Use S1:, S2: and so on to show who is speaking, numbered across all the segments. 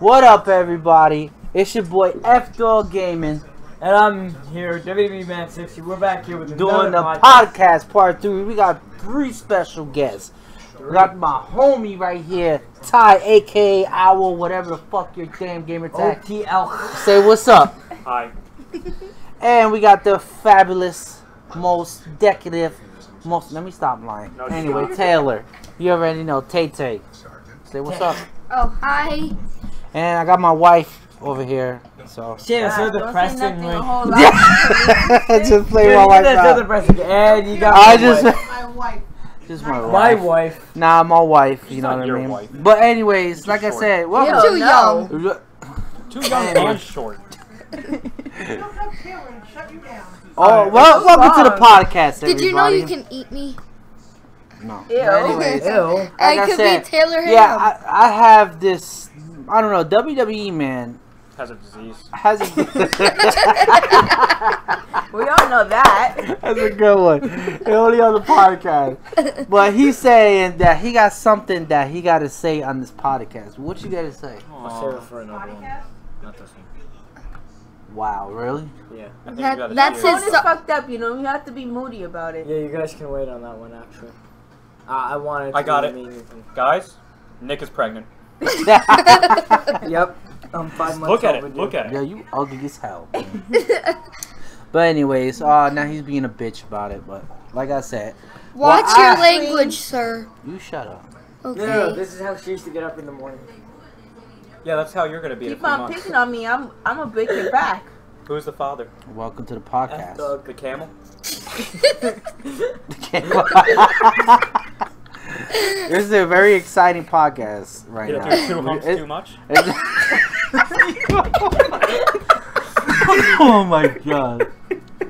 S1: What up, everybody? It's your boy F Dog Gaming
S2: And I'm here, WWE Man 60. We're back here with
S1: doing the
S2: another
S1: podcast part three. We got three special guests. We got my homie right here, Ty, aka Owl, whatever the fuck your damn gamer tag.
S2: OTL.
S1: Say what's up.
S3: Oh. Hi.
S1: And we got the fabulous, most decorative, most. Let me stop lying.
S3: No,
S1: Anyway,
S3: stop.
S1: Taylor, you already know Tay Tay. Say what's up.
S4: Oh, hi.
S1: And I got my wife over here, so.
S2: Shit, that's so
S4: God, Don't say
S2: depressing.
S4: nothing
S2: man.
S4: a whole lot.
S1: just play
S2: Dude,
S1: my wife
S2: that's so
S1: out.
S2: depressing. And you got
S1: I
S2: my
S1: just,
S2: wife.
S4: My wife.
S1: just my
S2: my
S1: wife.
S2: wife.
S1: Nah, my wife. You
S3: She's
S1: know
S3: not
S1: what I
S3: your
S1: mean.
S3: wife.
S1: But anyways, like I
S3: short.
S1: said,
S4: You're
S1: welcome.
S4: too young.
S3: Too young and short.
S1: Oh, well, welcome to the podcast, everybody.
S4: Did you know you can eat me?
S1: No.
S4: Ew.
S1: Anyways,
S2: Ew.
S1: Like I
S4: I could
S1: said,
S4: be Taylor Ham.
S1: yeah, I, I have this. I don't know. WWE man
S3: Has a disease.
S1: has a
S5: We all know that.
S1: that's a good one. Only on the podcast. But he's saying that he got something that he got to say on this podcast. What you got to say?
S3: Let's save it for another one. Not this one.
S1: Wow, really?
S3: Yeah. I think we
S4: That-
S3: gotta
S4: that's
S3: save
S5: Phone
S3: it.
S5: is
S4: So-
S5: fucked up, you know. You have to be moody about it.
S2: Yeah, you guys can wait on that one, actually. Uh, I wanted
S3: I
S2: to
S3: got it.
S2: mean anything.
S3: Guys, Nick is pregnant.
S2: Yep. I'm five months
S3: Look at it.
S2: overdue.
S3: Look at
S1: Yeah,
S3: it.
S1: you ugly as hell. but anyways, uh, now he's being a bitch about it. But like I said,
S4: Watch
S1: Well,
S4: your
S1: I-
S4: language, sir.
S1: you shut up.
S4: Okay.
S2: No, no, no, this is how she used to get up in the morning.
S3: Yeah, that's how you're gonna be in a
S5: Keep
S3: few
S5: on
S3: months.
S5: picking on me. I'm I'm a bitch and back.
S3: Who's the father?
S1: Welcome to the
S3: F
S1: podcast.
S3: Dog the camel.
S1: this is a very exciting podcast right
S3: Yeah,
S1: now.
S3: too, too humps
S1: It-
S3: too much.
S1: it's- oh my god.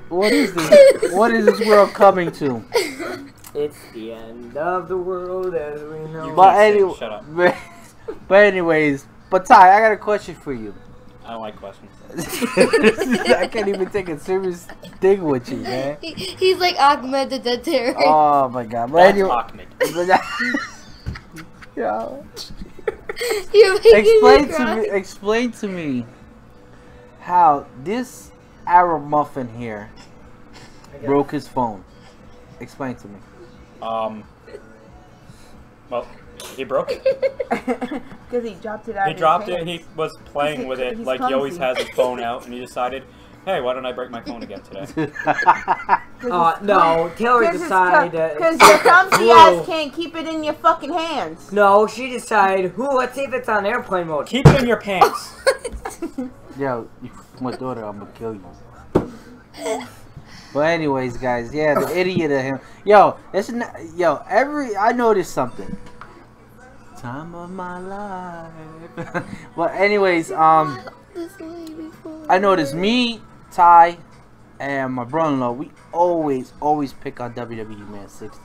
S1: What is this? What is this world coming to?
S2: It's the end of the world as we know.
S3: You
S2: it.
S1: But
S3: can't sing,
S1: anyway,
S3: shut up.
S1: but anyways, but Ty, I got a question for you.
S3: I don't like questions.
S1: I can't even take a serious thing with you, man.
S4: He, he's like Ahmed the Dead Terror.
S1: Oh my god. But
S3: That's
S1: anyway,
S3: Ahmed.
S1: yeah.
S4: You're making
S1: explain
S4: me
S1: to
S4: cry.
S1: me explain to me how this Arab muffin here
S2: Okay.
S1: broke his phone. Explain to me.
S3: Um. Well, he broke it.
S5: Because he dropped it out.
S3: He
S5: of
S3: dropped
S5: his
S3: it.
S5: hand.
S3: He was playing
S5: He's-
S3: with it
S5: he's
S3: like he always has
S5: clumsy.
S3: his phone out, and he decided, hey, why don't I break my phone again today?
S2: Uh, no, Taylor
S5: Because
S2: decided that.
S5: your clumsy
S2: Whoa.
S5: ass can't keep it in your fucking hands.
S2: No, she decided. Who? Let's see if it's on airplane mode.
S3: Keep it in your pants.
S1: Yo, you f- my daughter, I'm gonna kill you. But anyways, guys, yeah, the idiot of him. Yo, it's not, yo every I noticed something. Time of my life. but anyways, um.
S4: This lady for-
S1: I noticed me, Ty, and my brother-in-law. We always, always pick on WWE Man 60.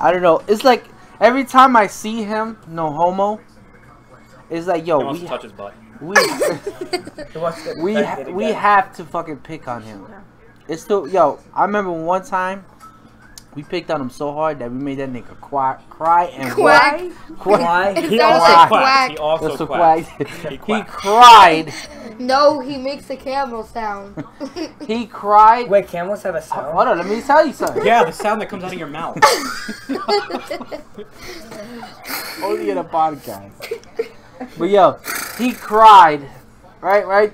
S1: I don't know. It's like every time I see him, no homo. It's like,
S3: He
S1: yo,
S3: wants
S1: Oh, we
S3: to touch his butt.
S1: we
S2: He wants to
S1: we
S2: protect
S1: ha-
S2: it
S1: we
S2: again.
S1: have to fucking pick on him. It's still, yo. I remember one time we picked on him so hard that we made that nigga quack, cry and
S4: Quack.
S1: walk-
S2: Why?
S4: It
S3: He
S4: sounds
S3: also quacked.
S4: like quack.
S3: He
S1: That's
S3: also
S1: a
S3: quacked.
S1: quack.
S3: He
S1: He
S3: quacked.
S1: cried.
S4: No, he makes a camel sound.
S1: He cried.
S2: Wait, camels have a sound.
S1: Hold on, let me tell you something.
S3: Yeah, the sound that comes out of your mouth.
S1: Only in a podcast. But yo, he cried. Right, right?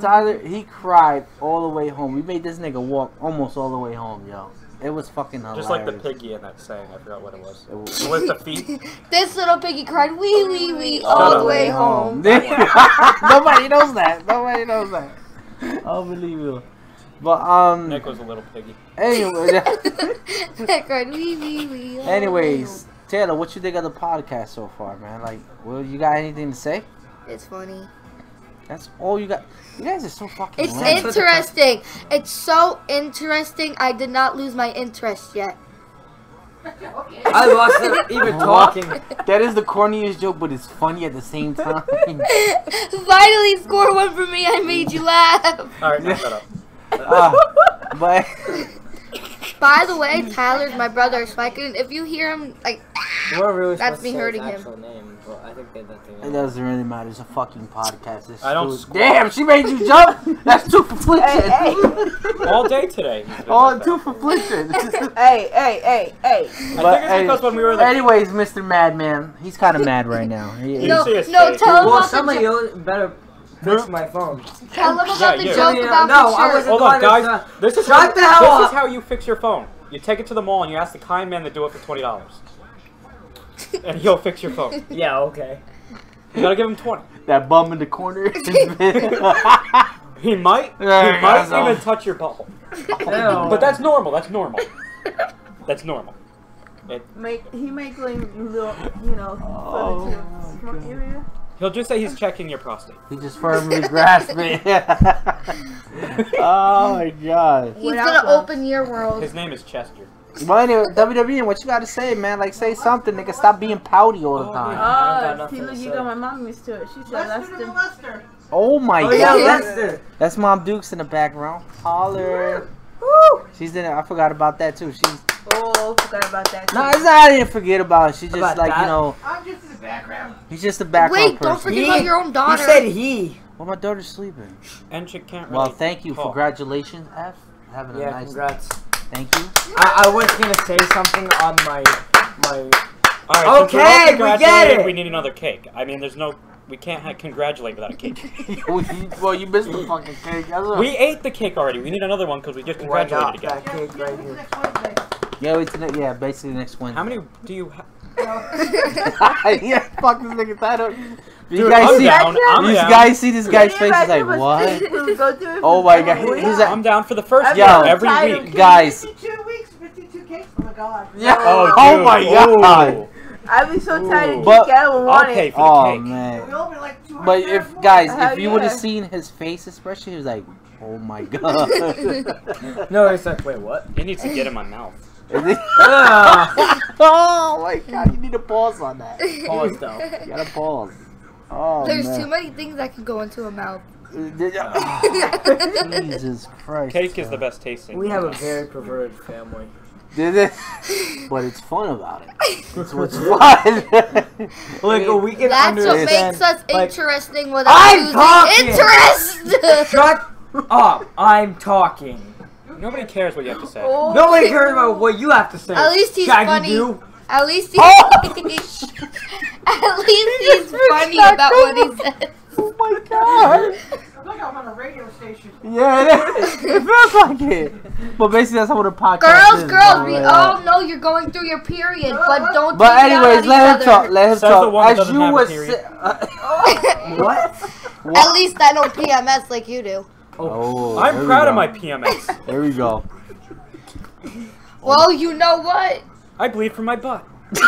S1: Tyler, he cried all the way home. We made this nigga walk almost all the way home, yo. It was fucking hilarious.
S3: Just like the piggy in that saying, I forgot what it was.
S1: It was-
S3: With the feet.
S4: this little piggy cried wee wee wee
S3: Shut
S4: all the
S3: up.
S4: way home.
S1: Nobody knows that. Nobody knows that. Unbelievable. But um
S3: Nick was a little piggy.
S1: anyway
S4: I cried wee wee wee. all the way
S1: anyways, Taylor, what you think of the podcast so far, man? Like, well you got anything to say?
S4: home. It's funny.
S1: That's all you got. You guys are so fucking
S4: It's
S1: lame.
S4: interesting. It's so interesting. I did not lose my interest yet.
S2: I lost it even talking.
S1: That is the corniest joke, but it's funny at the same time.
S4: Finally, score one for me. I made you laugh.
S3: Alright, now shut up.
S1: Uh, but
S4: By the way, Tyler's my brother, so I can. If you hear him, like,
S2: We're really
S4: That's
S2: supposed to say
S4: me
S2: his
S4: hurting him.
S2: actual name. Well, I think that that thing.
S1: It doesn't really matter. It's a fucking podcast. It's
S3: I don't
S1: stupid.
S3: squat.
S1: Damn, she made you jump. That's two for
S5: Hey, hey.
S1: flinching.
S3: All day today. he's been
S1: All
S3: like
S1: two
S3: that.
S1: for flinching.
S5: hey, hey, hey, hey.
S3: I think it's because when we were like,
S1: anyways, Mr. Madman, he's kind of mad right now. He, he-
S4: No,
S3: see his
S4: no,
S3: face.
S4: tell him
S2: Well,
S4: about the
S2: somebody
S4: joke.
S2: else better fix my phone.
S4: Tell him
S3: Yeah,
S4: about the
S3: you.
S4: joke
S2: Yeah,
S4: about
S2: no,
S4: the
S2: I
S4: shirt.
S2: wasn't-
S3: Hold on,
S2: Go on,
S3: guys.
S2: it's, uh,
S3: This is
S2: shut
S3: how,
S2: the hell
S3: this
S2: up.
S3: is how you fix your phone. You take it to the mall and you ask the kind man to do it for twenty dollars, and he'll fix your phone.
S2: Yeah, okay.
S3: You gotta give him twenty.
S1: that bum in the corner.
S3: He might, he
S1: Yeah,
S3: might
S1: yeah,
S3: even
S1: so-
S3: touch your butthole.
S2: Ew.
S3: But that's normal. That's normal. That's normal. It,
S5: Make he may claim little, you know,
S1: Oh,
S5: further to
S1: my
S5: the smoke
S1: God.
S5: area.
S3: he'll just say he's checking your prostate.
S1: he just firmly grasped it. oh my god.
S4: He's
S5: What
S4: gonna
S5: else?
S4: open your world.
S3: His name is Chester.
S1: Well, anyway, WWE, what you gotta say, man? Like, say something, nigga. Stop being pouty all the
S3: Oh,
S1: time.
S2: I don't got
S5: Oh,
S2: nothing
S5: see, look,
S2: to
S5: you
S2: say.
S5: got my mom used to it. She said that's the.
S1: Oh my
S2: Oh
S1: god.
S2: yeah,
S4: Yeah.
S2: Lester.
S1: That's Mom Dukes in the background. Holler.
S5: Woo!
S1: She's in it. I forgot about that too. She's
S5: Oh, forgot about that.
S1: no, it's not. I didn't forget about. It. She's just
S2: About
S1: like you
S2: that?
S1: know.
S6: I'm just in the background.
S1: He's just a background
S4: Wait, don't
S1: person.
S4: forget about your own
S2: You
S4: daughter.
S2: said he.
S1: Well, my daughter's sleeping.
S3: And she can't. Really
S1: Well, thank you.
S3: talk.
S1: Congratulations, F. Having a
S2: Yeah,
S1: Oh, nice.
S2: congrats.
S1: Thank you.
S2: I, I was gonna say something on my my.
S3: All right, since we're all
S2: Okay, we get
S3: congratulating,
S2: it.
S3: We need another cake. I mean, there's no. We can't ha- congratulate without a cake.
S1: well, Oh, you missed the fucking cake. That's what-
S3: we ate the cake already. We need another one because we just
S2: Why
S3: congratulated
S2: not
S3: again.
S2: that cake right here?
S1: yeah, it's ne- yeah, basically next Wednesday.
S3: How many do you? Ha-
S1: yeah, fuck this nigga title. You
S3: Dude,
S1: guys
S3: I'm
S1: see?
S3: down, I'm
S1: you
S3: down.
S1: guys see this guy's face? He's like, what? Oh my God, he's like-
S3: I'm down for the first
S5: I'm
S3: year
S1: down.
S3: every
S5: Tired of
S3: week.
S1: Guys.
S6: 52 weeks, 52 cakes. Oh my god.
S1: Yeah.
S5: Oh,
S1: Oh my
S3: dude.
S1: god.
S3: Ooh.
S5: I'd be so tired
S3: Ooh.
S5: of
S1: But-
S5: Kit Kat would want
S3: I'll pay
S5: it.
S3: for the
S1: Oh
S3: cake.
S6: We
S1: man.
S6: opened like 200
S1: But if
S6: more.
S1: guys,
S5: Hell
S1: if you would have
S5: yeah.
S1: seen his face, especially, he was like, oh my god.
S2: No, it's like wait, what?
S3: It needs to get in my mouth. Ah.
S1: oh my god, you need a pause on that.
S2: Pause though.
S1: You gotta pause. Oh
S4: There's too
S1: man. Uh,
S4: many things that can go into a mouth.
S1: oh, Jesus Christ.
S3: Cake is the
S1: son.
S3: best tasting.
S2: We have a very perverted family.
S1: Did it? But it's fun about it. It's what's fun.
S2: Like we can
S4: That's what
S2: understand.
S4: makes us
S2: like-
S4: interesting without
S2: I'm
S4: losing
S2: talking!
S4: interest.
S2: Shut up! I'm talking.
S3: Nobody cares what you have to say.
S5: Oh,
S2: Nobody cares about what you have to say.
S4: At least he's
S2: Shaggy
S4: funny.
S2: Do.
S4: At least he's
S1: Oh!
S4: at least he's funny about what he said.
S1: oh my god.
S6: Look, I'm on a radio station.
S1: Yeah, it is. It feels like it. But basically, that's what a podcast
S4: Girls,
S1: is.
S4: girls, we
S1: Yeah.
S4: all know you're going through your period, but don't.
S1: But
S4: take it out
S1: anyways,
S4: on
S1: let
S4: each
S1: him talk.
S4: other.
S1: Let him
S3: Says the one
S1: talk. As
S3: that doesn't
S1: you
S3: have a
S1: were
S3: period.
S1: sa- uh,
S2: What?
S4: At least I don't PMS like you do.
S1: oh, there
S3: I'm
S1: we
S3: proud
S1: go.
S3: of my PMS.
S1: There we go.
S4: Well, you know what?
S3: I bleed from my butt.
S4: So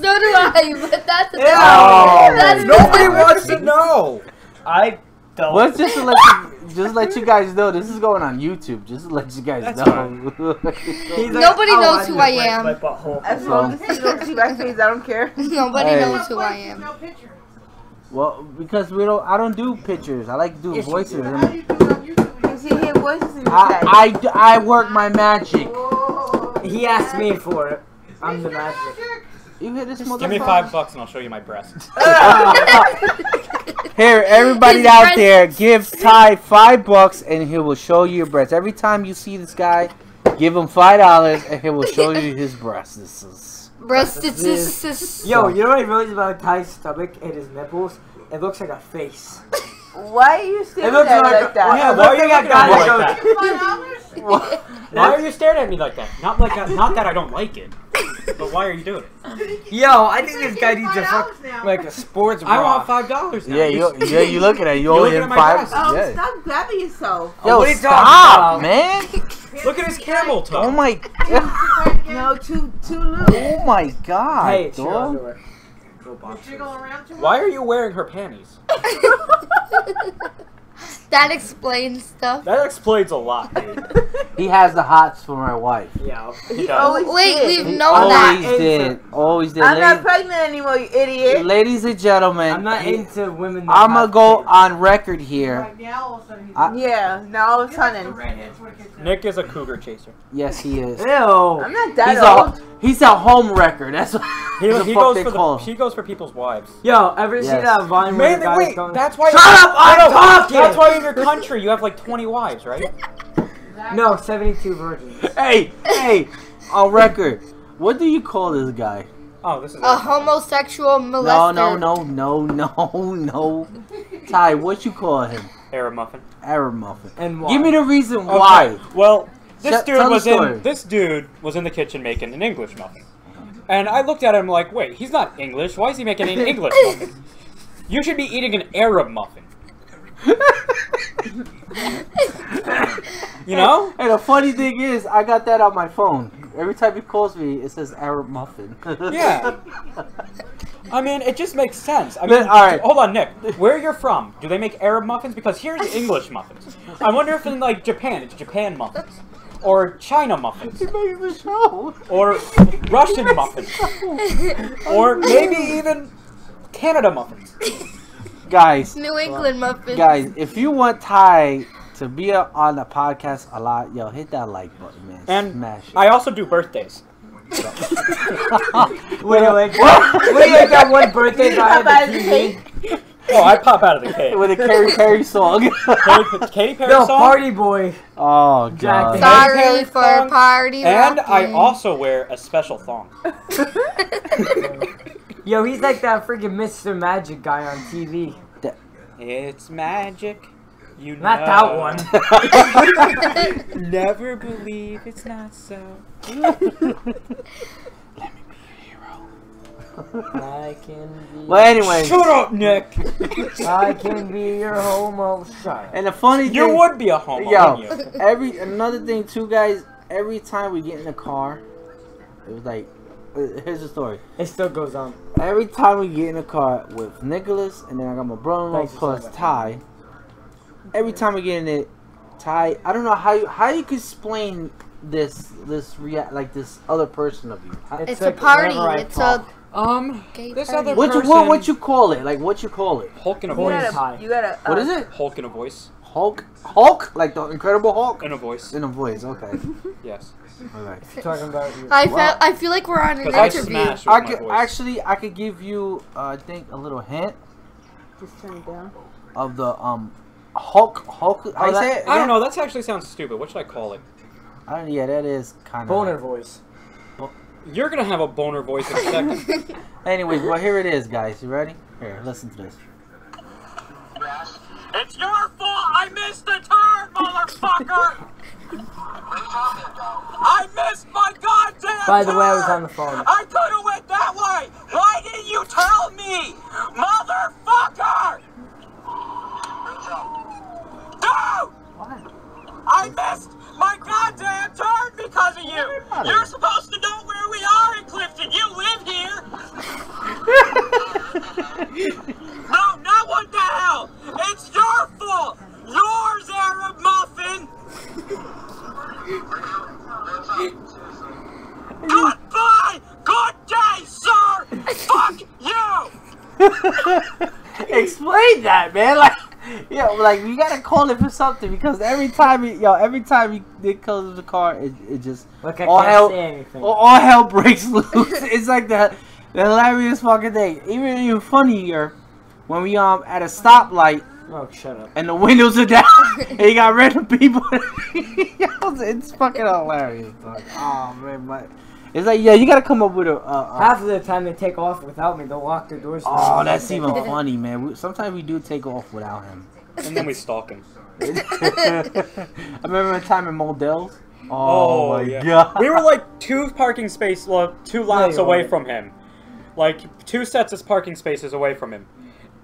S4: do I. But that's
S2: Ew.
S4: that's
S2: Nobody wants to know. I don't.
S1: Let's just to let you, just let you guys know this is going on YouTube. Just to let you guys
S3: That's
S1: know.
S2: He's
S4: Nobody
S2: "Oh, I
S4: knows who
S2: just
S4: I
S2: wiped
S4: am."
S2: my butthole."
S5: As long as he don't see my face, I don't care.
S4: Nobody
S1: Hey.
S4: knows who I
S6: There's
S4: am.
S6: No picture.
S1: well, because we don't, I don't do pictures. I like to do
S2: Yes, you
S1: voices.
S6: How do you do it on YouTube?
S5: You see his voices in the
S1: I,
S5: chat.
S1: I d- I work my magic.
S6: Oh.
S2: He asked me for it. I'm the magic.
S1: You hear this motherfucker?
S3: Give me five bucks and I'll show you my breasts.
S1: Here, everybody
S4: His
S1: out
S4: breasts.
S1: there, give Ty five bucks and he will show you your breasts. Every time you see this guy, give him five dollars and he will show you his breasts. This is
S4: Breast
S2: Yes. Yo, you know what I realized about Ty's stomach and his nipples? It looks like a face.
S5: Why are you
S2: It
S5: staring
S2: looks
S5: at me
S2: like,
S5: like that?
S2: Yeah,
S3: It
S2: why are
S3: looks
S2: you
S3: like
S2: got guys
S3: a guy
S2: like that?
S3: like
S6: $5?
S3: Why are you staring at me like that? Not like I, not that I don't like it, but why are you doing it?
S2: Yo, I think this guy needs to fuck
S6: $5 now.
S2: like a sports bra.
S3: I want five dollars.
S1: yeah, you yeah you looking at you
S3: You're
S1: only him
S3: looking at my
S1: five.
S3: breasts.
S5: Oh,
S1: Yeah.
S5: stop grabbing yourself.
S1: Yo,
S2: What are you talking
S1: stop,
S2: about?
S1: man!
S3: Look at his camel toe.
S1: Oh my,
S5: No, too too loose.
S1: oh my God,
S2: Hey, it's your
S1: dog.
S2: underwear. Go box.
S6: Jiggle around too much?
S3: Why are you wearing her panties?
S4: that explains stuff.
S3: That explains a lot, dude.
S1: He has the hots for my wife.
S2: Yeah.
S5: He
S3: does.
S5: always
S4: Wait,
S5: did.
S4: we've
S1: He
S4: known
S1: always
S4: that.
S2: that.
S1: did, always did.
S5: I'm not
S1: Ladies,
S5: pregnant anymore, you idiot.
S1: ladies and gentlemen,
S2: I'm not into women. that
S1: I'm gonna
S2: have
S1: go
S2: kids.
S1: on record here.
S6: Right now, all of a sudden, he's
S1: I-
S5: Yeah, now all of a
S6: You're like the
S5: sudden.
S6: redheads when it gets
S3: Nick is a cougar chaser.
S1: Yes, he is.
S2: Ew.
S5: I'm not that
S1: He's
S5: old.
S1: a He's a home wrecker. That's what
S3: He,
S1: the
S3: he
S1: fuck
S3: goes
S1: they
S3: for
S1: call
S3: the,
S1: him.
S3: he goes for people's wives.
S2: Yo, ever see
S1: Yes.
S2: that Vine where
S3: Man,
S2: the guy's
S3: wait,
S2: going?
S3: that's why.
S2: Shut up, I'm
S3: No, no,
S2: talking!
S3: That's why in your country you have like 20 wives, right?
S2: No, 72 virgins.
S1: Hey, hey, a wrecker. What do you call this guy?
S3: Oh, this is.
S4: A homosexual
S1: No,
S4: molester.
S1: no, no, no, no, no. Ty, what you call him?
S3: Era muffin.
S1: Arab muffin.
S2: And why?
S1: Give me the reason why.
S3: Well, this
S1: Shut-
S3: dude
S1: tell the
S3: was
S1: story.
S3: in this dude was in the kitchen making an English muffin, and I looked at him like, wait, he's not English. Why is he making an English muffin? You should be eating an Arab muffin. You know?
S1: And the funny thing is, I got that on my phone. Every time he calls me, it says Arab muffin.
S3: Yeah. I mean, it just makes sense. I
S1: Man,
S3: mean,
S1: all right.
S3: hold on, Nick. Where you're from? Do they make Arab muffins? Because here's English muffins. I wonder if in like Japan, it's Japan muffins, or China muffins,
S1: he makes the show.
S3: or Russian muffins, or maybe even Canada muffins.
S1: Guys,
S4: New England muffin.
S1: guys, if you want Ty to be on the podcast a lot, yo, hit that like button, man.
S3: And
S1: Smash it.
S3: I also do birthdays.
S2: Wait, wait, wait. Wait, like that one birthday guy had
S5: Pop out
S2: the
S5: of the
S2: TV?
S5: cake.
S3: Oh, I pop out of the cave.
S1: With a Carrie Perry song.
S3: Katy, Katy Perry
S2: No,
S3: song.
S2: party boy.
S1: oh, God.
S2: Jack-
S4: Sorry for
S3: Song.
S4: party
S3: And I
S4: rocking.
S3: also wear a special thong.
S2: Yo, he's like that freaking Mr. Magic guy on TV.
S3: It's magic. You
S2: Not
S3: know.
S2: that one.
S3: Never believe it's not so.
S2: I can be.
S1: well, anyways.
S3: Shut up, Nick.
S2: I can be your homo child.
S1: And the funny thing.
S3: You would be a homo,
S1: Yo,
S3: wouldn't you?
S1: every another thing too, guys. Every time we get in the car, it was like, uh, here's the story.
S2: It still goes on.
S1: Every time we get in the car with Nicholas, and then I got my brother-in-law
S2: Thanks for
S1: plus
S2: saying that.
S1: Ty. Every time we get in it, Ty, I don't know how you how you could explain this this react like this other person of you. I-
S4: It's a
S2: like
S4: party.
S2: whenever I
S4: It's
S2: talk.
S4: a
S3: Um,
S4: gay
S3: this
S4: party.
S3: other
S1: What you
S3: person-
S1: what, what you call it? Like what you call it?
S3: Hulk in a
S5: You
S2: Boy.
S3: voice.
S5: gotta, you gotta.
S1: What
S5: uh,
S1: is it?
S3: Hulk in a voice.
S1: Hulk? Hulk? Like the Incredible Hulk?
S3: In a voice.
S1: In a voice. Okay.
S3: Yes.
S1: All right.
S2: Talking about you.
S4: I
S1: Wow.
S4: felt. I feel like we're on an
S3: Because I
S4: interview.
S3: smash with
S1: I
S3: my
S1: could
S3: voice.
S1: actually I could give you uh, I think a little hint
S5: Just turn it down.
S1: of the um Hulk Hulk. I
S2: that-
S1: say it?
S3: I
S1: Yeah.
S3: don't know. That actually sounds stupid. What should I call it?
S1: I don't, yeah, that is kind of
S2: Boner voice.
S3: You're gonna have a boner voice in a second.
S1: Anyways, well here it is, guys. You ready? Here, listen to this.
S3: It's your fault I missed the turn, motherfucker! I missed my goddamn
S2: By the way, I was on the phone.
S3: I could have went that way! Why didn't you tell me? Motherfucker! Dude! I missed my goddamn turn because of you! You're supposed to know where we are in Clifton! You live here! No, now what the hell? It's your fault! Yours, Arab Muffin! Goodbye! Good day, sir! Fuck you!
S1: Explain that, man. Like, yeah, like we gotta call it for something because every time he, yo, every time he, he comes to the car, it, it just
S2: Look, I
S1: all
S2: can't
S1: Oh, hell, Oh,
S2: say anything.
S1: all, all hell breaks loose. it's like the, the hilarious fucking thing. Even even funnier when we um at a stoplight
S2: Oh, shut up.
S1: and the windows are down, and you got random people. it's fucking hilarious. Dog. Oh man, my. It's like yeah, you gotta come up with a. Uh, uh,
S2: Half of the time they take off without me. They'll lock their doors.
S1: oh, that's even
S2: funny.
S1: funny, man. We, sometimes we do take off without him.
S3: And then we stalk him.
S1: I remember a time in Moldell's. Oh, my
S3: yeah.
S1: god.
S3: We were like two parking space, lo- two lots
S2: you
S3: away
S2: weren't.
S3: from him, like two sets of parking spaces away from him,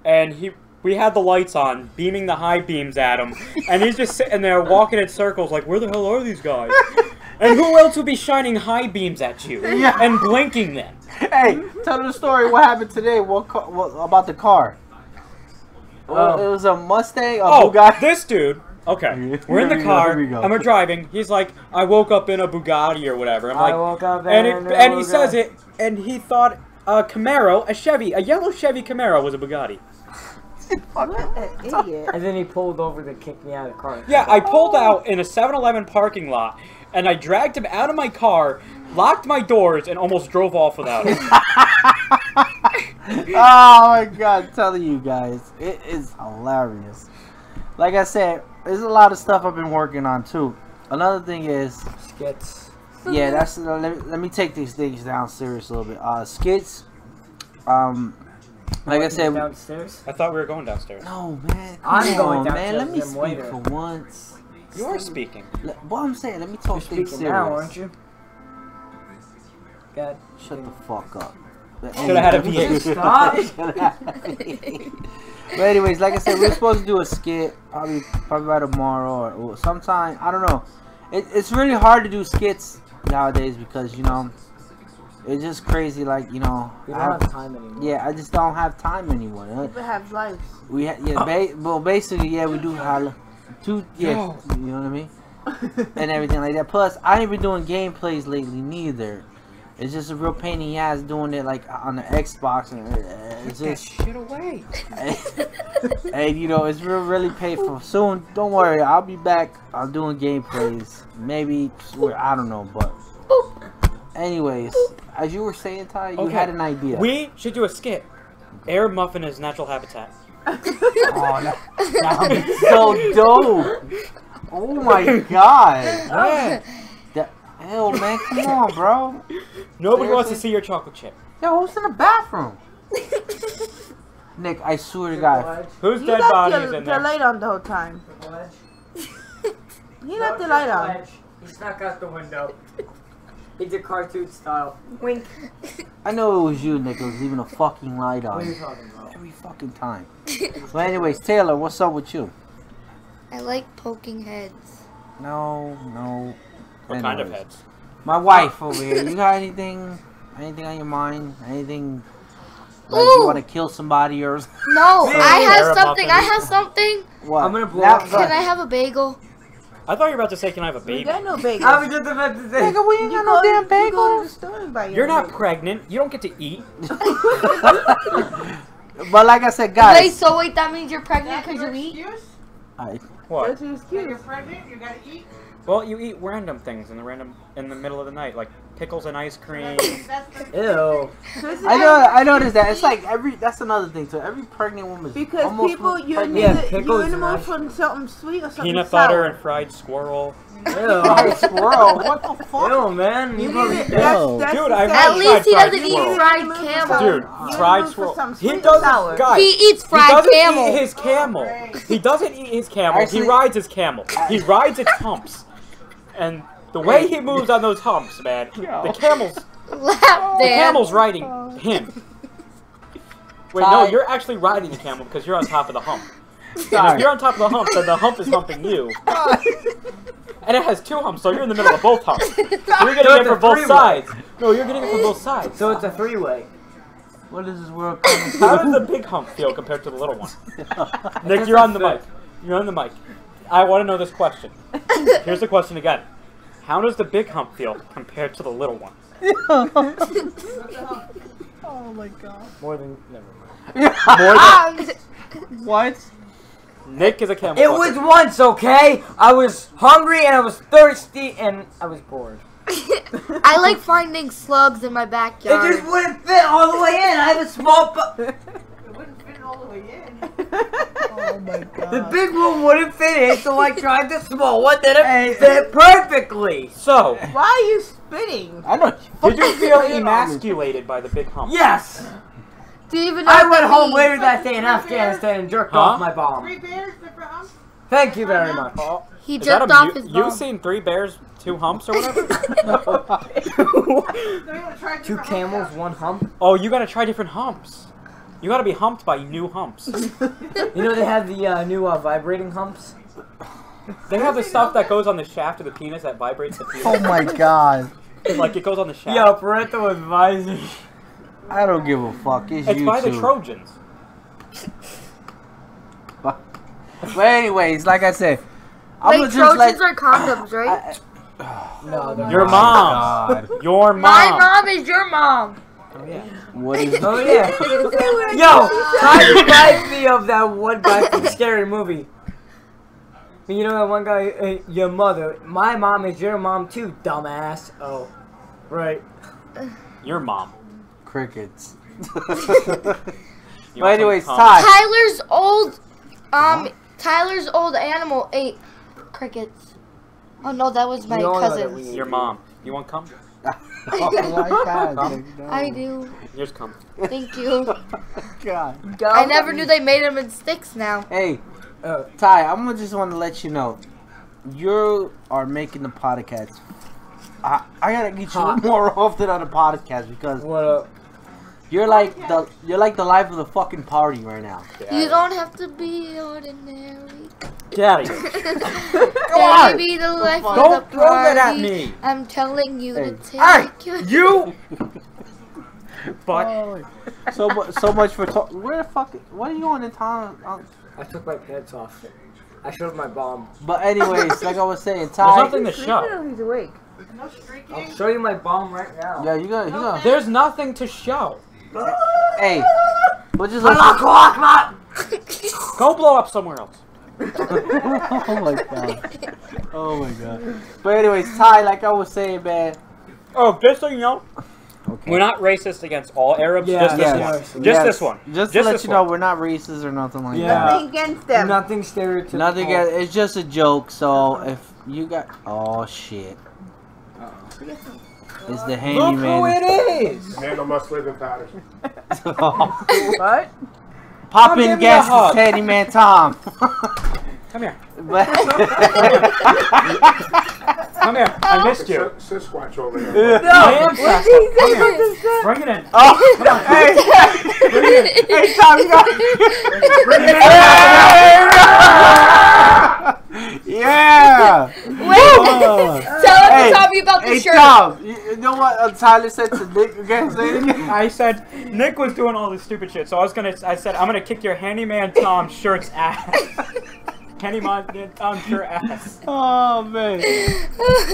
S3: and he. We had the lights on, beaming the high beams at him, and he's just sitting there walking in circles, like, "Where the hell are these guys?" And who else would be shining high beams at you
S1: Yeah.
S3: and blinking them?
S1: hey, tell them the story. What happened today? What, car, what about the car? Well,
S2: Oh.
S1: it was a Mustang. A
S3: Oh,
S1: Bugatti.
S3: this dude. Okay, we're in
S1: Here we
S3: the
S1: go,
S3: car.
S1: here we go.
S3: and we're driving. He's like, "I woke up in a Bugatti or whatever." I'm like,
S2: I woke up
S3: and
S2: and
S3: it,
S2: I
S3: and he
S2: woke
S3: says
S2: up.
S3: it, and he thought a Camaro, a Chevy, a yellow Chevy Camaro was a Bugatti.
S5: What an idiot.
S2: And then he pulled over to kick me out of the car.
S3: Yeah, I pulled out in a 7-Eleven parking lot, and I dragged him out of my car, locked my doors, and almost drove off without him.
S1: oh my god, I'm telling you guys, it is hilarious. Like I said, there's a lot of stuff I've been working on too. Another thing is,
S2: Skits.
S1: yeah, that's uh, let, me, let me take these things down serious a little bit. Uh, skits, um, like I said,
S2: downstairs.
S3: I thought we were going downstairs.
S1: no man, come
S2: I'm going
S1: on,
S2: down
S1: man,
S2: to
S1: let me
S2: them
S1: speak
S2: later.
S1: for once.
S3: You are speaking.
S1: Let, what I'm saying, let me talk
S5: oh,
S2: You're
S1: things
S2: speaking
S1: serious.
S2: now, aren't you? God.
S1: Shut the fuck up. But
S3: Shoulda had a
S1: anyway-
S3: VH.
S2: Stop.
S1: but anyways, like I said, we're supposed to do a skit probably probably by tomorrow or, or sometime. I don't know. It, it's really hard to do skits nowadays because you know it's just crazy. Like you know,
S2: We
S1: I
S2: don't have
S1: have-
S2: time anymore.
S1: yeah, I just don't have time anymore. Uh,
S5: People have lives.
S1: We ha- yeah, ba- well basically yeah we do holla, two yeah, you know what I mean, and everything like that. Plus I ain't been doing gameplays lately neither. It's just a real pain in the ass doing it like on the Xbox and uh, it's just
S3: shit away.
S1: and you know it's real really painful. Soon, don't worry, I'll be back. I'm doing gameplays. Maybe well, I don't know, but anyways, as you were saying, Ty, you
S3: Okay.
S1: had an idea.
S3: We should do a skit. Air muffin is natural habitat.
S1: oh, that, that would be so dope. Oh my god.
S3: Yeah.
S1: That, hell, man, come on, bro.
S3: Nobody wants to see your chocolate chip.
S1: Yo, who's in the bathroom? Nick, I swear to God.
S3: Whose
S5: You
S3: dead
S5: left
S3: body is
S5: your,
S3: in
S5: the
S3: there?
S5: light on the whole time. He left the light on.
S2: He snuck out the window. He did cartoon style.
S5: Wink.
S1: I know it was you, Nick. It was leaving a fucking light
S2: What are you
S1: on
S2: talking about?
S1: every fucking time. Well, anyways, Taylor, what's up with you?
S4: I like poking heads.
S1: No, no.
S3: What kind of
S1: Anyways.
S3: heads?
S1: My wife over here. You got anything? Anything on your mind? Anything? Like you
S4: Ooh.
S1: want to kill somebody or s-
S4: No,
S2: Man,
S4: I
S3: you're
S4: have
S3: a
S4: something. I
S3: muffin.
S4: have something.
S1: what?
S2: I'm gonna blow
S1: Not
S2: up.
S4: Can
S1: but-
S4: I have a bagel?
S3: I thought you were about to say, "Can I have a
S5: You
S3: baby?"
S5: got no bagel.
S2: I was just about to say.
S1: Nigga, we ain't
S5: You
S1: got no
S5: go to-
S1: damn
S5: You go to
S1: bagels.
S5: the store and buy your
S3: You're not
S5: bagel.
S3: pregnant. You don't get to eat.
S1: But like I said,
S4: Wait,
S1: guys.
S4: so wait, that means you're pregnant because you
S6: your
S4: eat?
S6: excuse?
S1: Alright,
S3: What?
S5: That's your
S6: That you're
S5: excuse.
S6: pregnant, you gotta eat.
S3: Well, you eat random things in the random in the middle of the night, like pickles and ice cream.
S6: That's- that's the-
S2: Ew.
S1: I know. I noticed that. It's like every. That's another thing too. Every pregnant woman. is
S5: Because
S1: almost
S5: people, you're
S1: pregnant.
S5: need
S2: Yeah,
S5: yeah,
S2: pickles
S5: you're in the
S2: and
S5: mood
S2: ice.
S5: for something sweet or something
S3: Peanut
S5: sour.
S3: butter and fried squirrel.
S1: Oh,
S2: Ew.
S1: squirrel. What the fuck?
S2: Ew, man.
S5: You
S2: You
S5: need it.
S2: probably-
S1: Ew.
S5: That's, that's
S3: Dude,
S5: the
S3: I've
S5: sour.
S4: At
S3: Fried
S4: least he
S3: fried squirrel.
S4: doesn't eat
S5: You're in
S4: fried
S5: the mood for
S4: camel.
S5: something-
S3: Dude,
S5: you're in the
S3: fried
S5: mood for
S3: squirrel.
S5: something
S3: He
S5: sweet and
S3: doesn't.
S5: sour. Oh,
S3: Guys,
S4: He eats
S3: He
S4: fried
S3: doesn't
S4: camel.
S3: eat his camel. He doesn't eat his camel.
S1: Actually-
S3: he rides his camel. He rides its humps. And the way he moves on those humps, man, the camel's
S4: Lap
S3: the
S4: dance.
S3: camel's riding
S5: Oh.
S3: him. Wait, no, you're actually riding the camel because you're on top of the hump. And if
S1: Sorry.
S3: you're on top of the hump, then the hump is humping you. And it has two humps, so you're in the middle of both humps. So you're getting
S2: So
S3: it
S2: it's
S3: from
S2: a
S3: both
S2: three-way.
S3: sides. No, you're getting it from both sides.
S2: So it's a three-way.
S1: What is this world coming to?
S3: How does the big hump feel compared to the little one? Nick, you're on the mic. You're on the mic. I want to know this question. Here's the question again. How does the big hump feel compared to the little one? More than never mind. More than
S1: what?
S3: Nick is a camel.
S2: It
S3: fucker.
S2: was once, okay? I was hungry and I was thirsty and I was bored.
S4: I like finding slugs in my backyard.
S2: wouldn't fit all the way in. I have a small bu-
S6: It wouldn't fit all the way in. Oh
S2: The big one wouldn't fit in, so I tried the small one that it fit perfectly.
S3: So,
S5: Why are you spitting?
S1: I know.
S3: did you feel
S1: Fucking-
S3: emasculated by the big hump?
S2: Yes!
S4: Do you even know
S2: I
S4: what
S2: went
S4: that
S2: home
S4: means?
S2: later that day in Afghanistan and jerked
S3: Huh?
S2: off my bomb.
S6: Three bears, different humps.
S2: Um, Thank you very much.
S3: Oh,
S4: He
S3: is that
S4: jerked
S3: a
S4: off
S3: mu-
S4: his
S3: You've
S4: bum.
S3: seen three bears, two humps, or whatever?
S6: They're gonna try
S2: Two
S6: different humps
S2: camels,
S6: out.
S2: one hump.
S3: oh, you gotta try different humps. You gotta be humped by new humps.
S2: You know they have the uh, new uh, vibrating humps?
S3: They have the stuff that goes on the shaft of the penis that vibrates the
S1: Oh
S3: penis.
S1: my god.
S3: like it goes on the shaft.
S2: Yo, parental advisory.
S1: I don't give a fuck. It's,
S3: it's
S1: you
S3: by the
S1: two.
S3: Trojans.
S1: But anyways, like I said, I'm
S4: Wait,
S1: gonna just
S4: Trojans
S1: like.
S4: are condoms, right?
S2: No, they're
S1: Oh
S3: Your
S2: not.
S3: mom. Your mom.
S4: My mom is your mom.
S2: Oh, yeah.
S1: What is?
S2: Oh yeah. Yo, Ty reminds me of that one guy from Scary Movie. You know that one guy, uh, your mother. My mom is your mom too, dumbass. Oh, right.
S3: Your mom.
S1: Crickets.
S3: You
S1: Well,
S3: want some
S1: anyways,
S3: cum?
S1: Todd.
S4: Tyler's old, um, Tyler's old animal ate crickets. Oh no, that was my
S2: We all know that
S4: cousin's.
S2: we-
S3: Your mom. You want cum?
S1: oh my god. Jake, no.
S4: I do.
S3: Here's cum.
S4: Thank you.
S1: God.
S4: I never knew they made them in sticks. Now
S1: Hey, uh,
S2: Oh,
S1: Ty, I'm gonna just want to let you know, you are making the podcast. I, I gotta get you
S2: Hot.
S1: more often on the podcast because
S2: what up?
S1: you're like the you're like the life of the fucking party right now.
S4: you don't have to be ordinary.
S3: Get out of here.
S1: on.
S4: Baby, the life
S3: Don't
S4: of the
S3: throw that at
S4: party.
S3: me.
S4: I'm telling you
S1: Hey.
S4: to take your.
S3: You. But
S1: Oh, so mu- so much for talk. Where the fuck? What are you on in town? Uh, on-
S2: I took my pants off. I showed my bomb.
S1: But anyways, like I was saying,
S3: there's
S1: Ty.
S3: nothing to show.
S5: He's awake.
S6: No streaking.
S2: I'll show you my bomb right now.
S1: Yeah, you gonna you gonna.
S3: There's nothing to show.
S1: Hey, we'll just let.
S2: Allahu Akbar!
S3: Go blow up somewhere else.
S1: oh my god. Oh my god. But anyways, Ty, like I was saying, man.
S3: Oh, just so you know,
S1: Okay.
S3: we're not racist against all Arabs.
S2: Yeah,
S3: just this
S1: yes,
S3: one.
S2: yes,
S3: Just
S1: Yes.
S3: this one.
S1: Just, to
S3: Just
S1: let
S3: this
S1: you know,
S3: one.
S1: we're not racist or nothing like
S2: Yeah.
S1: that.
S5: Nothing against them.
S2: Nothing stereotypical.
S1: Nothing. else- It's just a joke. So if you got, oh shit, it's the
S2: Look who
S1: handyman.
S2: Oh, it is!
S7: Handle my sleeping powders.
S5: What?
S1: Pop
S3: give me a
S1: in gas,
S3: hug.
S1: it's handyman Tom.
S3: Come here.
S1: but
S3: Come here. I missed you.
S7: Sit- sit Squatch over there.
S3: Ma'am,
S5: He said something so-
S3: Bring it in.
S1: oh, hey, hey, Tom, you got. yeah.
S4: Wait, tell him
S1: Hey,
S4: to tell me about the
S1: Hey
S4: shirt.
S1: Tom, you, you know what uh, Tyler said to Nick? You can't say it again.
S3: I said Nick was doing all this stupid shit, so I was gonna. I said I'm gonna kick your handyman Tom shirt's ass. handyman Tom shirt ass.
S1: Oh man.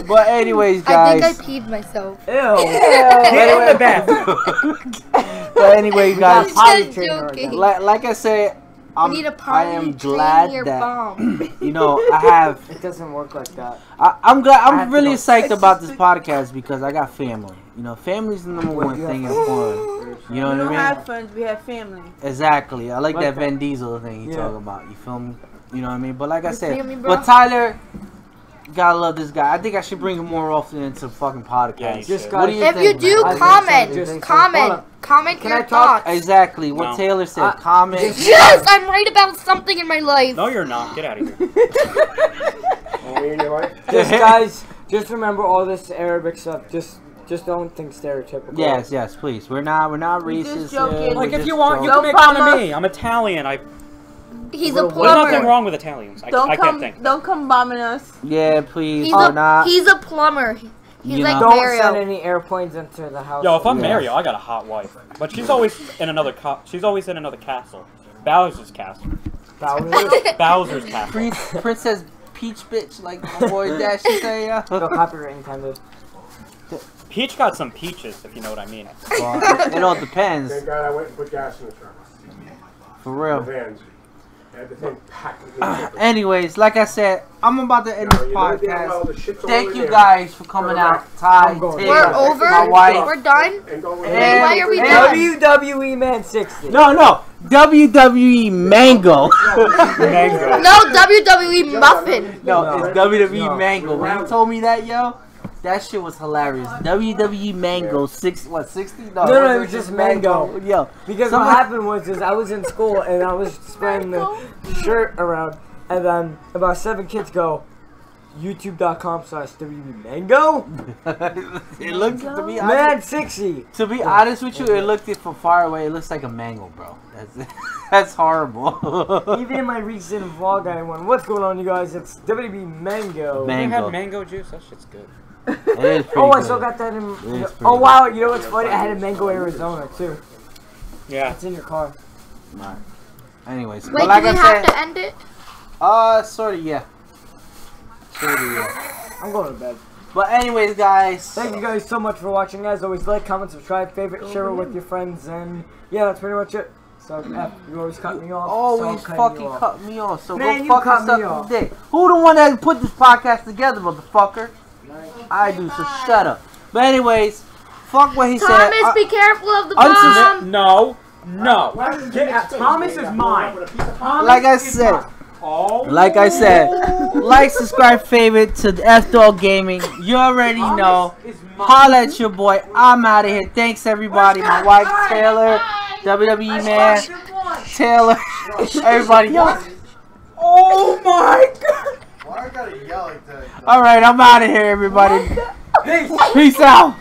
S1: But anyways,
S4: I
S1: guys.
S4: think I peed myself.
S3: Get in the bathroom.
S1: but anyway, guys.
S4: I'm just joking.
S1: Like, like I said, I'm,
S4: you need a
S1: I
S4: potty
S1: am
S4: train your
S1: glad that
S4: bomb.
S1: you know I have.
S2: It doesn't work like that.
S1: I, I'm glad.
S2: I
S1: I'm
S2: have to
S1: really
S2: go.
S1: psyched about this podcast because I got family. You know, family's the number
S2: Well,
S1: one
S2: yeah.
S1: thing in porn. You know what
S5: We don't
S1: I mean?
S5: have friends, we have family.
S1: Exactly. I like,
S2: Like
S1: that
S2: that.
S1: Van Diesel thing you
S2: Yeah.
S1: talking about. You feel me? You know what I mean? But like I
S4: You
S1: said,
S4: feel me, bro?
S1: but Tyler, gotta love this guy. I think I should bring him more often into the fucking
S3: Yeah, you
S1: podcast.
S3: should.
S2: Just
S1: What do you
S4: If
S1: think?
S4: you do,
S1: man?
S2: I think so,
S4: comment.
S2: you think so. Hold
S4: comment.
S2: on.
S4: Comment
S2: Can
S4: your
S2: I talk?
S4: thoughts. Uh,
S1: Exactly. What
S3: No.
S1: Taylor said.
S2: I-
S1: comment.
S4: Yes, I'm right about something in my life.
S3: No, you're not. Get out of here.
S7: Anyway,
S2: Just guys, just remember all this Arabic stuff. Just, just don't think stereotypical.
S1: Yes, yes, please. We're not, we're not
S5: We're
S1: racist.
S5: just joking.
S1: uh,
S3: Like
S1: we're
S3: if
S1: just
S3: you want, you
S1: joking.
S3: can make fun of me. I'm Italian. I
S4: He's a
S3: there's nothing
S4: plumber.
S3: wrong with Italians. I,
S5: Don't
S3: I can't
S5: come,
S3: think.
S5: don't come bombing us.
S1: Yeah, please.
S4: He's
S1: we're
S4: a
S1: not.
S4: he's a plumber. He's
S1: You
S4: like
S1: know.
S2: Don't send
S4: Mario.
S2: any airplanes into the house.
S3: Yo, if I'm
S1: Yeah.
S3: Mario, I got a hot wife, but she's always in another. Co- she's always in another castle. Bowser's castle.
S2: Bowser,
S3: Bowser's castle.
S1: Prin- Princess Peach bitch, like my boy Dash is say. yeah.
S2: no copyright intended.
S3: Peach got some peaches, if you know what I mean.
S1: Well, it, it all depends,
S7: thank God I went and put gas in the truck. The
S1: for real.
S7: vans. Had the thing packed. with
S1: Ah.
S7: the shit.
S1: Anyways, like I said, I'm about to end
S7: Now,
S1: this
S7: you know damn well
S1: podcast.
S7: the shit's
S1: Thank
S7: over
S1: you
S7: there.
S1: guys for coming out. Ty,
S2: I'm going.
S1: Taylor,
S4: We're
S7: Yeah,
S4: over.
S1: my wife.
S4: We're done.
S7: And go in
S1: And-
S7: there.
S4: Why are we
S1: and-
S4: done?
S2: WWE E Man 60.
S1: No, no. WWE Mango.
S3: Mango.
S4: No WWE muffin.
S1: no, it's WWE
S2: No.
S1: Mango. When you told me that, yo, that shit was hilarious. WWE Mango six what sixty? No,
S2: No, no,
S1: wasn't
S2: it was just Mango.
S1: Yo,
S2: Because
S1: Someone-
S2: what happened was is I was in school and I was spreading the shirt around, and then about seven kids go, youtube.com slash WB Mango?
S1: it looked to be honest,
S2: Man 60.
S1: to be honest with you, it looked it from far away. It looks like a mango, bro. That's that's horrible.
S2: Even in my recent vlog, I went, what's going on, you guys? It's WB Mango.
S1: Man-
S3: You
S1: Mango.
S3: have mango juice. That shit's good.
S1: it is pretty
S2: Oh, I
S1: good.
S2: still got that in.
S1: is pretty
S2: oh,
S1: good.
S2: wow. You know what's funny? I had a Mango Arizona, too.
S3: Yeah.
S2: It's in your car.
S1: Alright. Anyways,
S4: Wait,
S1: but like
S4: do we
S1: I
S4: have
S1: said,
S4: to end it?
S1: uh, sort of yeah, sort of yeah.
S2: I'm going to bed.
S1: But anyways, guys,
S2: Thank you guys so much for watching. As always, like, comment, subscribe, favorite, share it with your friends, and yeah, that's pretty much it. So F, you always cut me off.
S1: Always
S2: so cut me
S1: fucking
S2: off.
S1: cut me off. So
S2: Man,
S1: go
S2: you
S1: fuck
S2: cut
S1: and
S2: me
S1: suck
S2: off.
S1: your dick. Who the one that put this podcast together, motherfucker? I do. So
S6: bye.
S1: shut up. But anyways, fuck what he said. uh,
S4: Thomas,
S1: I-
S4: be careful of the
S1: unsus-
S4: bomb.
S3: No, no.
S7: Why did you
S3: Get
S7: mix
S3: out.
S7: things?
S3: Thomas
S7: Yeah,
S3: is
S7: I'm
S3: mine.
S7: with a piece of pie.
S1: like I said,
S3: Oh.
S1: like I said, like, subscribe, favorite to the F Dog Gaming. You already know. Holla at your boy. I'm out of here. Thanks everybody. My wife Taylor, WWE man Taylor, everybody else.
S3: Oh my god.
S8: Why I gotta yell like that?
S1: All right, I'm out of here, everybody. Peace out.